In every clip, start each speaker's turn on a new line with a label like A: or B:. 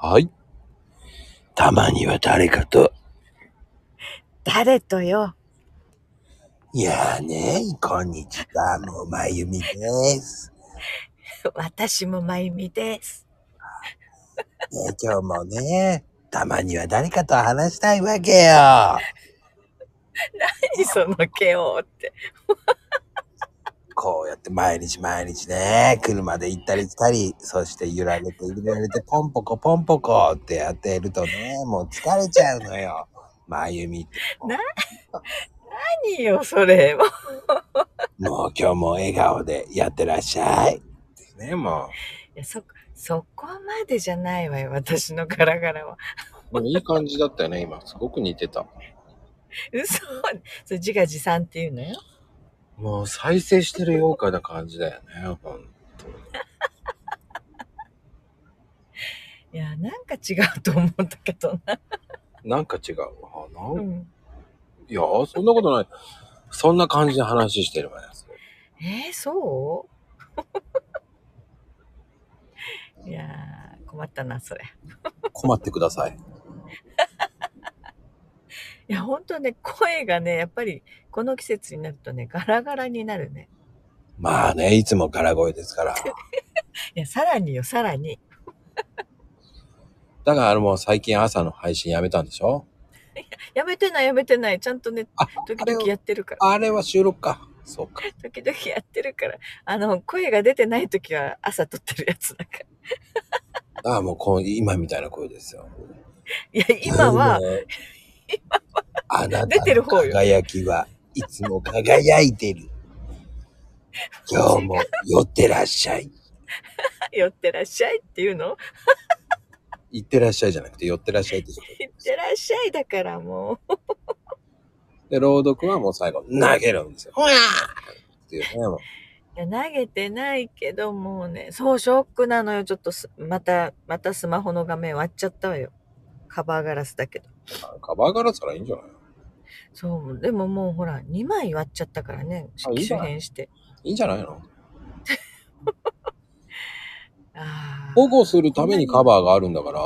A: はい。たまには誰かと。
B: 誰とよ。
A: いやーね、こんにちは、もうまゆみです。
B: 私もまゆみです。
A: ね、今日もね、たまには誰かと話したいわけよ。
B: 何その剣をって。
A: こうやって毎日毎日ね、車で行ったり来たり、そして揺られて揺られてポンポコポンポコってやっているとね、もう疲れちゃうのよ。まゆみって。
B: 何よ、それ。もう
A: もう今日も笑顔でやってらっしゃい。ってね、も
B: いやそ、そこまでじゃないわよ、私のガラガラは。
A: う。いい感じだったよね、今。すごく似てた。
B: 嘘。それ自画自賛っていうのよ。
A: もう再生してるようかな感じだよね、ほんとに。
B: いや、なんか違うと思ったけどな。
A: なんか違うわ。なん
B: う
A: い
B: ん、
A: や、そんなことない。そんな感じで話してるわよ。
B: えー、そう いやー、困ったな、それ。
A: 困ってください。
B: いや、ほんとね、声がね、やっぱり、この季節になるとね、ガラガラになるね。
A: まあね、いつもガラ声ですから。
B: いや、さらによ、さらに。
A: だからもう最近朝の配信やめたんでしょ
B: やめてない、やめてない。ちゃんとね
A: あ、
B: 時
A: あれを
B: 々やってるから。
A: あれは収録か。そうか。
B: 時々やってるから。あの、声が出てない時は朝撮ってるやつだから。
A: だからもうこう今みたいな声ですよ。
B: いや、今は、
A: ね、 あな
B: 出て
A: たの
B: る方よ
A: 輝きはいつも輝い てる。今日も寄ってらっしゃい。
B: 寄ってらっしゃいっていうの
A: 行ってらっしゃいじゃなくて寄ってらっしゃいってこと
B: 行ってらっしゃいだからもう。
A: で、朗読はもう最後、投げるんですよ。ほやーっていうね、もう
B: いや投げてないけど、もうね、そう、ショックなのよ。ちょっとす、また、またスマホの画面割っちゃったわよ。カバーガラスだけど。
A: あカバーガラスからいいんじゃない
B: そう、でももうほら、2枚割っちゃったからね、
A: あいい
B: 周
A: じゃない
B: 辺して。
A: いいんじゃないの
B: ああ。
A: 保護するためにカバーがあるんだから、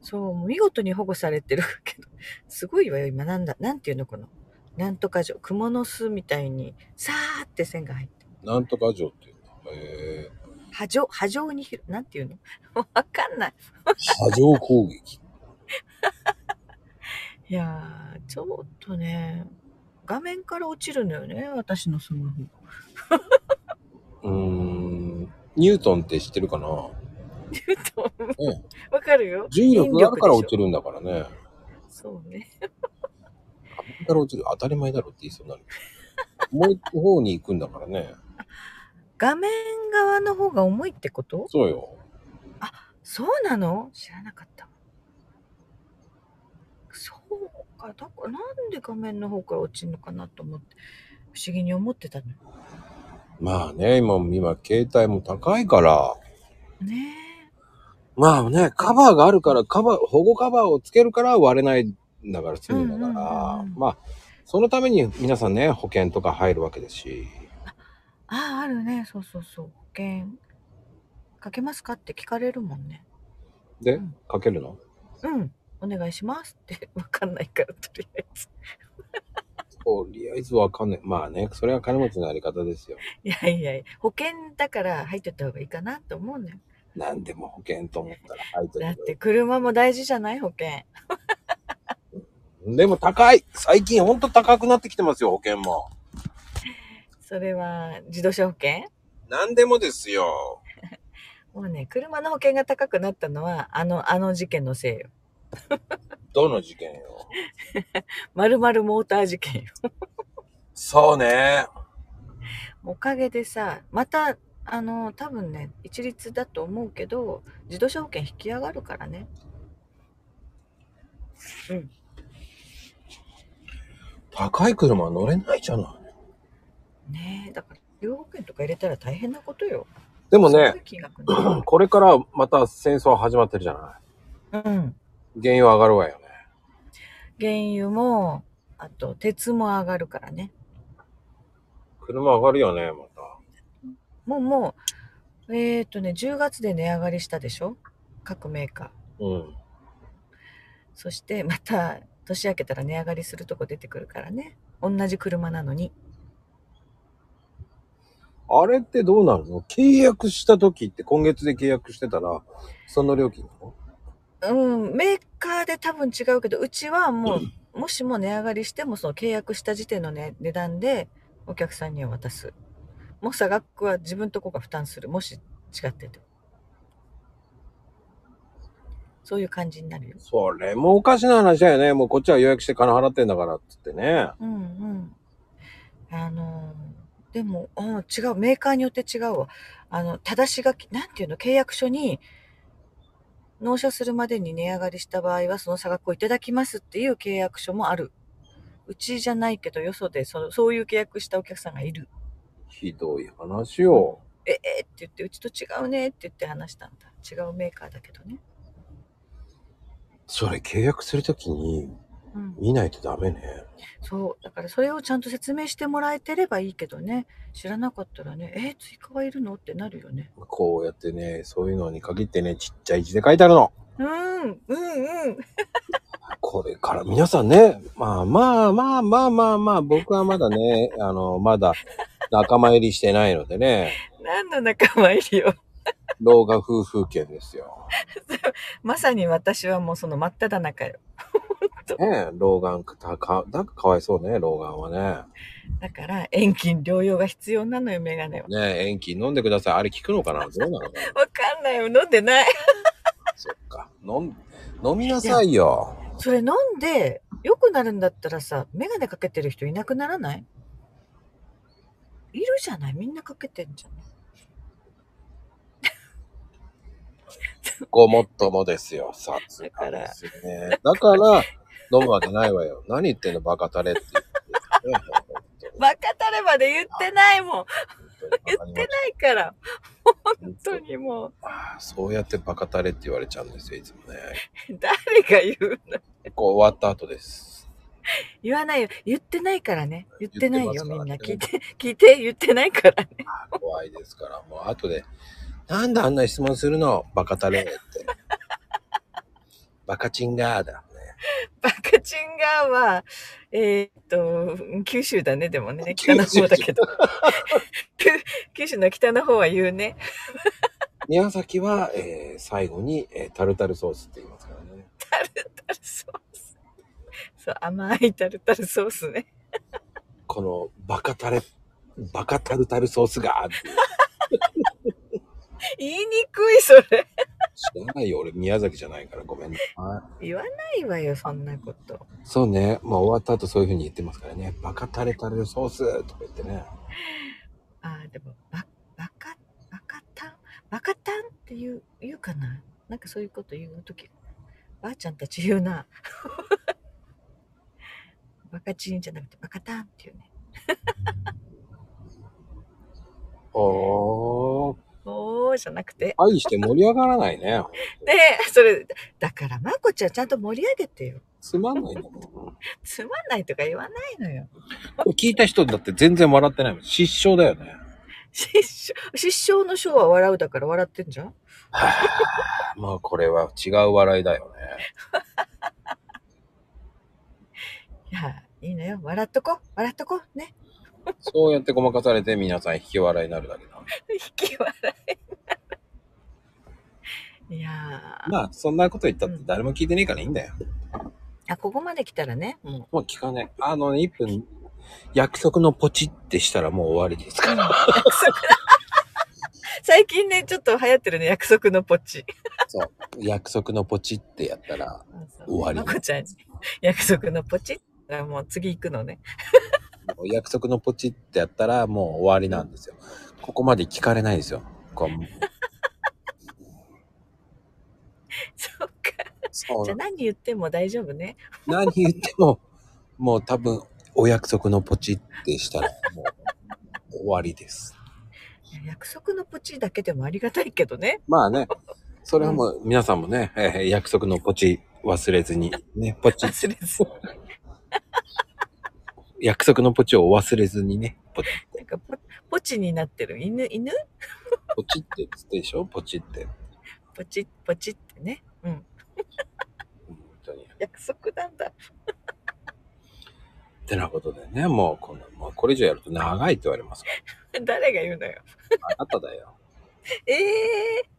B: そう、もう見事に保護されてる けど、すごいわよ、今、なんだ、なんていうの、この、なんとか城、蜘蛛の巣みたいに、さーって線が入って、
A: なんとか城っていうんだ。へー
B: 波状、波状に広、なんていうの わかんない。
A: 波状攻撃。
B: いやー、ちょっとね、画面から落ちるのよね、私のスマホ。
A: うーん。ニュートンって知ってるかな
B: ちょっ と
A: ええ、
B: わかるよ。
A: 重力があるから落ち
B: る。
A: るんだからね。
B: そうね。
A: カバーから落ちる。当たり前だろって言いそうになる。もう一方に行くんだからね。
B: 画面側の方が重いってこと
A: そうよ。
B: そうなの知らなかった。そうか、だからなんで画面の方から落ちるのかなと思って、不思議に思ってたの。
A: まあね、今、今、携帯も高いから。
B: ね
A: まあね、カバーがあるから、カバー、保護カバーをつけるから割れないんだから済むんだから、
B: うんうんうんうん
A: まあ、そのために皆さんね、保険とか入るわけですし、
B: え。ああ、あるね。そうそうそう。保険。かけますかって聞かれるもんね。
A: で
B: うん、
A: かけるの
B: うん。お願いしますって、 わかんないから、とりあえず。
A: とりあえずわかんない。まあね、それは金持ちのやり方ですよ。
B: いやいやいや、保険だから入ってった方がいいかなと思うのよ。
A: 何でも保険と思ったら入って
B: だっ
A: る
B: て車も大事じゃない保険。
A: けど。でも高い最近ほんと高くなってきてますよ、保険も。
B: それは自動車保険
A: 何でもですよ。
B: もうね、車の保険が高くなったのは、あの、あの事件のせいよ。
A: どの事件よ。
B: まるまるモーター事件よ。
A: そうね。
B: おかげでさ、また、あの、多分ね、一律だと思うけど、自動車保険引き上がるからね。うん。
A: 高い車乗れないじゃない。
B: ねえ、だから、両保険とか入れたら大変なことよ。
A: でも
B: すご
A: ね、
B: い金額になる
A: これからまた戦争始まってるじゃない。
B: うん。
A: 原油は上がるわよね。
B: 原油も、あと、鉄も上がるからね。
A: 車上がるよね、また。
B: もうもう、えっ、ー、とね、10月で値上がりしたでしょ各メーカー。
A: うん。
B: そしてまた年明けたら値上がりするとこ出てくるからね同じ車なのに
A: あれってどうなるの契約した時って今月で契約してたら、その料金なの
B: うんメーカーで多分違うけどうちはもうもしも値上がりしてもその契約した時点の、ね、値段でお客さんには渡すもう差額は自分とこが負担するもし違っててそういう感じになるよ
A: それもおかしな話だよね。もうこっちは予約して金払ってんだからってってね。
B: うんうん。あのー、でも、うん、違う、メーカーによって違うわ。あの、正し書き、なんていうの、契約書に、納車するまでに値上がりした場合は、その差額をいただきますっていう契約書もある。うちじゃないけど、よそでその、そういう契約したお客さんがいる。
A: ひどい話よ。
B: ええって言って、うちと違うねって言って話したんだ。違うメーカーだけどね。
A: それ契約するときに
B: うん。
A: 見ないとダメね。
B: そう。だから、それをちゃんと説明してもらえてればいいけどね。知らなかったらね、え追加はいるのってなるよね。
A: こうやってね、そういうのに限ってね、ちっちゃい字で書いてあるの。
B: うん、うん、うん。
A: これから皆さんね、まあまあまあまあまあまあ、僕はまだね、あの、まだ仲間入りしてないのでね、
B: 何の仲間入りよ。
A: 老化夫婦圏ですよ。
B: まさに私はもうその真っ只中よ。
A: ねえ、老眼か、か、なんかかわいそうね、老眼は
B: だから遠近療養が必要なのよ、メガネは。
A: ね。ねえ、遠近飲んでください。あれ効くのかなどうなのかな
B: わかんないよ、飲んでない。
A: そっか。飲ん、飲みなさいよ。
B: それ飲んで良くなるんだったらさ、メガネかけてる人いなくならないいるじゃないみんなかけてんじゃん。
A: ごもっともですよ。さすがですね。だから、飲むわけないわよ。何言ってんの、バカタレって言って、ね。
B: バカタレまで言ってないもん。
A: 言っ
B: 言ってないから。本当にもう。
A: ああそうやってバカタレって言われちゃうんですよ、いつもね。
B: 誰が言うの
A: こう終わった後です。
B: 言わないよ。言ってないからね。言ってない
A: 言
B: よ、
A: って
B: み
A: ますから
B: んな。
A: ね
B: 聞いて、聞いて、言ってないからね。
A: 怖いですから、もう後で、なんであんな質問するのバカタレって。 バカチンガーだ、ね。
B: バカチンガーは、えーっと、九州だね、でもね。北の方だけど。九 九州の北の方は言うね。
A: 宮崎は、えー最後に、えータルタルソースって言いますからね。
B: タルタルソース。そう、甘いタルタルソースね。
A: このバカタレ、バカタルタルソースが、って
B: 言いにくい、それ。
A: 知らないよ。俺宮崎じゃないからごめんね。はい
B: 言わないわよ、そんなこと。
A: そうね。まあ終わった後そういう風に言ってますからね。バカタレタルソースとか言ってね。
B: ああ、でも、ババカ、バカタン、バカタンって言う、言うかななんかそういうこと言うとき。ばあちゃんたち言うな。 バカチンじゃなくて、バカタンっていうね。
A: おー、
B: おーじゃなくて。
A: 愛して盛り上がらないね。
B: ねえ、それ、だから、まこちゃんちゃんと盛り上げてよ。
A: つまんないんだもん。
B: つまんないとか言わないのよ。
A: 聞いた人だって全然笑ってないもん。失笑だよね。
B: 失笑、失笑の笑は笑うだから笑ってんじゃん
A: まあこれは違う笑いだよね。
B: いや、いいのよ。笑っとこ。笑っとこ。ね。
A: そうやってごまかされて皆さん引き笑いになるだけだ。
B: 引き笑い。いやー、
A: まあそんなこと言ったって誰も聞いてねえからいいんだよ。
B: あ、ここまで来たらね、も
A: もう聞かない。あの、1分、約束のポチってしたらもう終わりです
B: う。
A: か
B: うん
A: ら。
B: 約束最近ね、ちょっと流行ってるね、約束のポチ。
A: そう。約束のポチってやったら、終わり
B: まこちゃんに、約束のポチ。あもう次行くのね。
A: 約束のポチってやったらもう終わりなんですよ。ここまで聞かれないですよ。こう
B: そっか。
A: そう
B: じゃあ何言っても大丈夫ね。
A: 何言っても、もう多分、お約束のポチってしたら、もう、終わりです。
B: いや約束のポチだけでもありがたいけどね。
A: まあね、それはもう、皆さんもね、えー約束のポチ忘れずに、ね、ポチ、
B: 忘れず。
A: 約束のポチをお忘れずにね、ポチ、
B: なんかポ、ポチになってる。犬、犬
A: ポチって言ってたでしょポチって。
B: ポチ、ポチってね。うん。
A: 本当に。
B: 約束なんだ。
A: ってなことでね、もうこの、もうこれ以上やると長いって言われますか
B: 誰が言うのよ。
A: ら、あなただよ。
B: ええ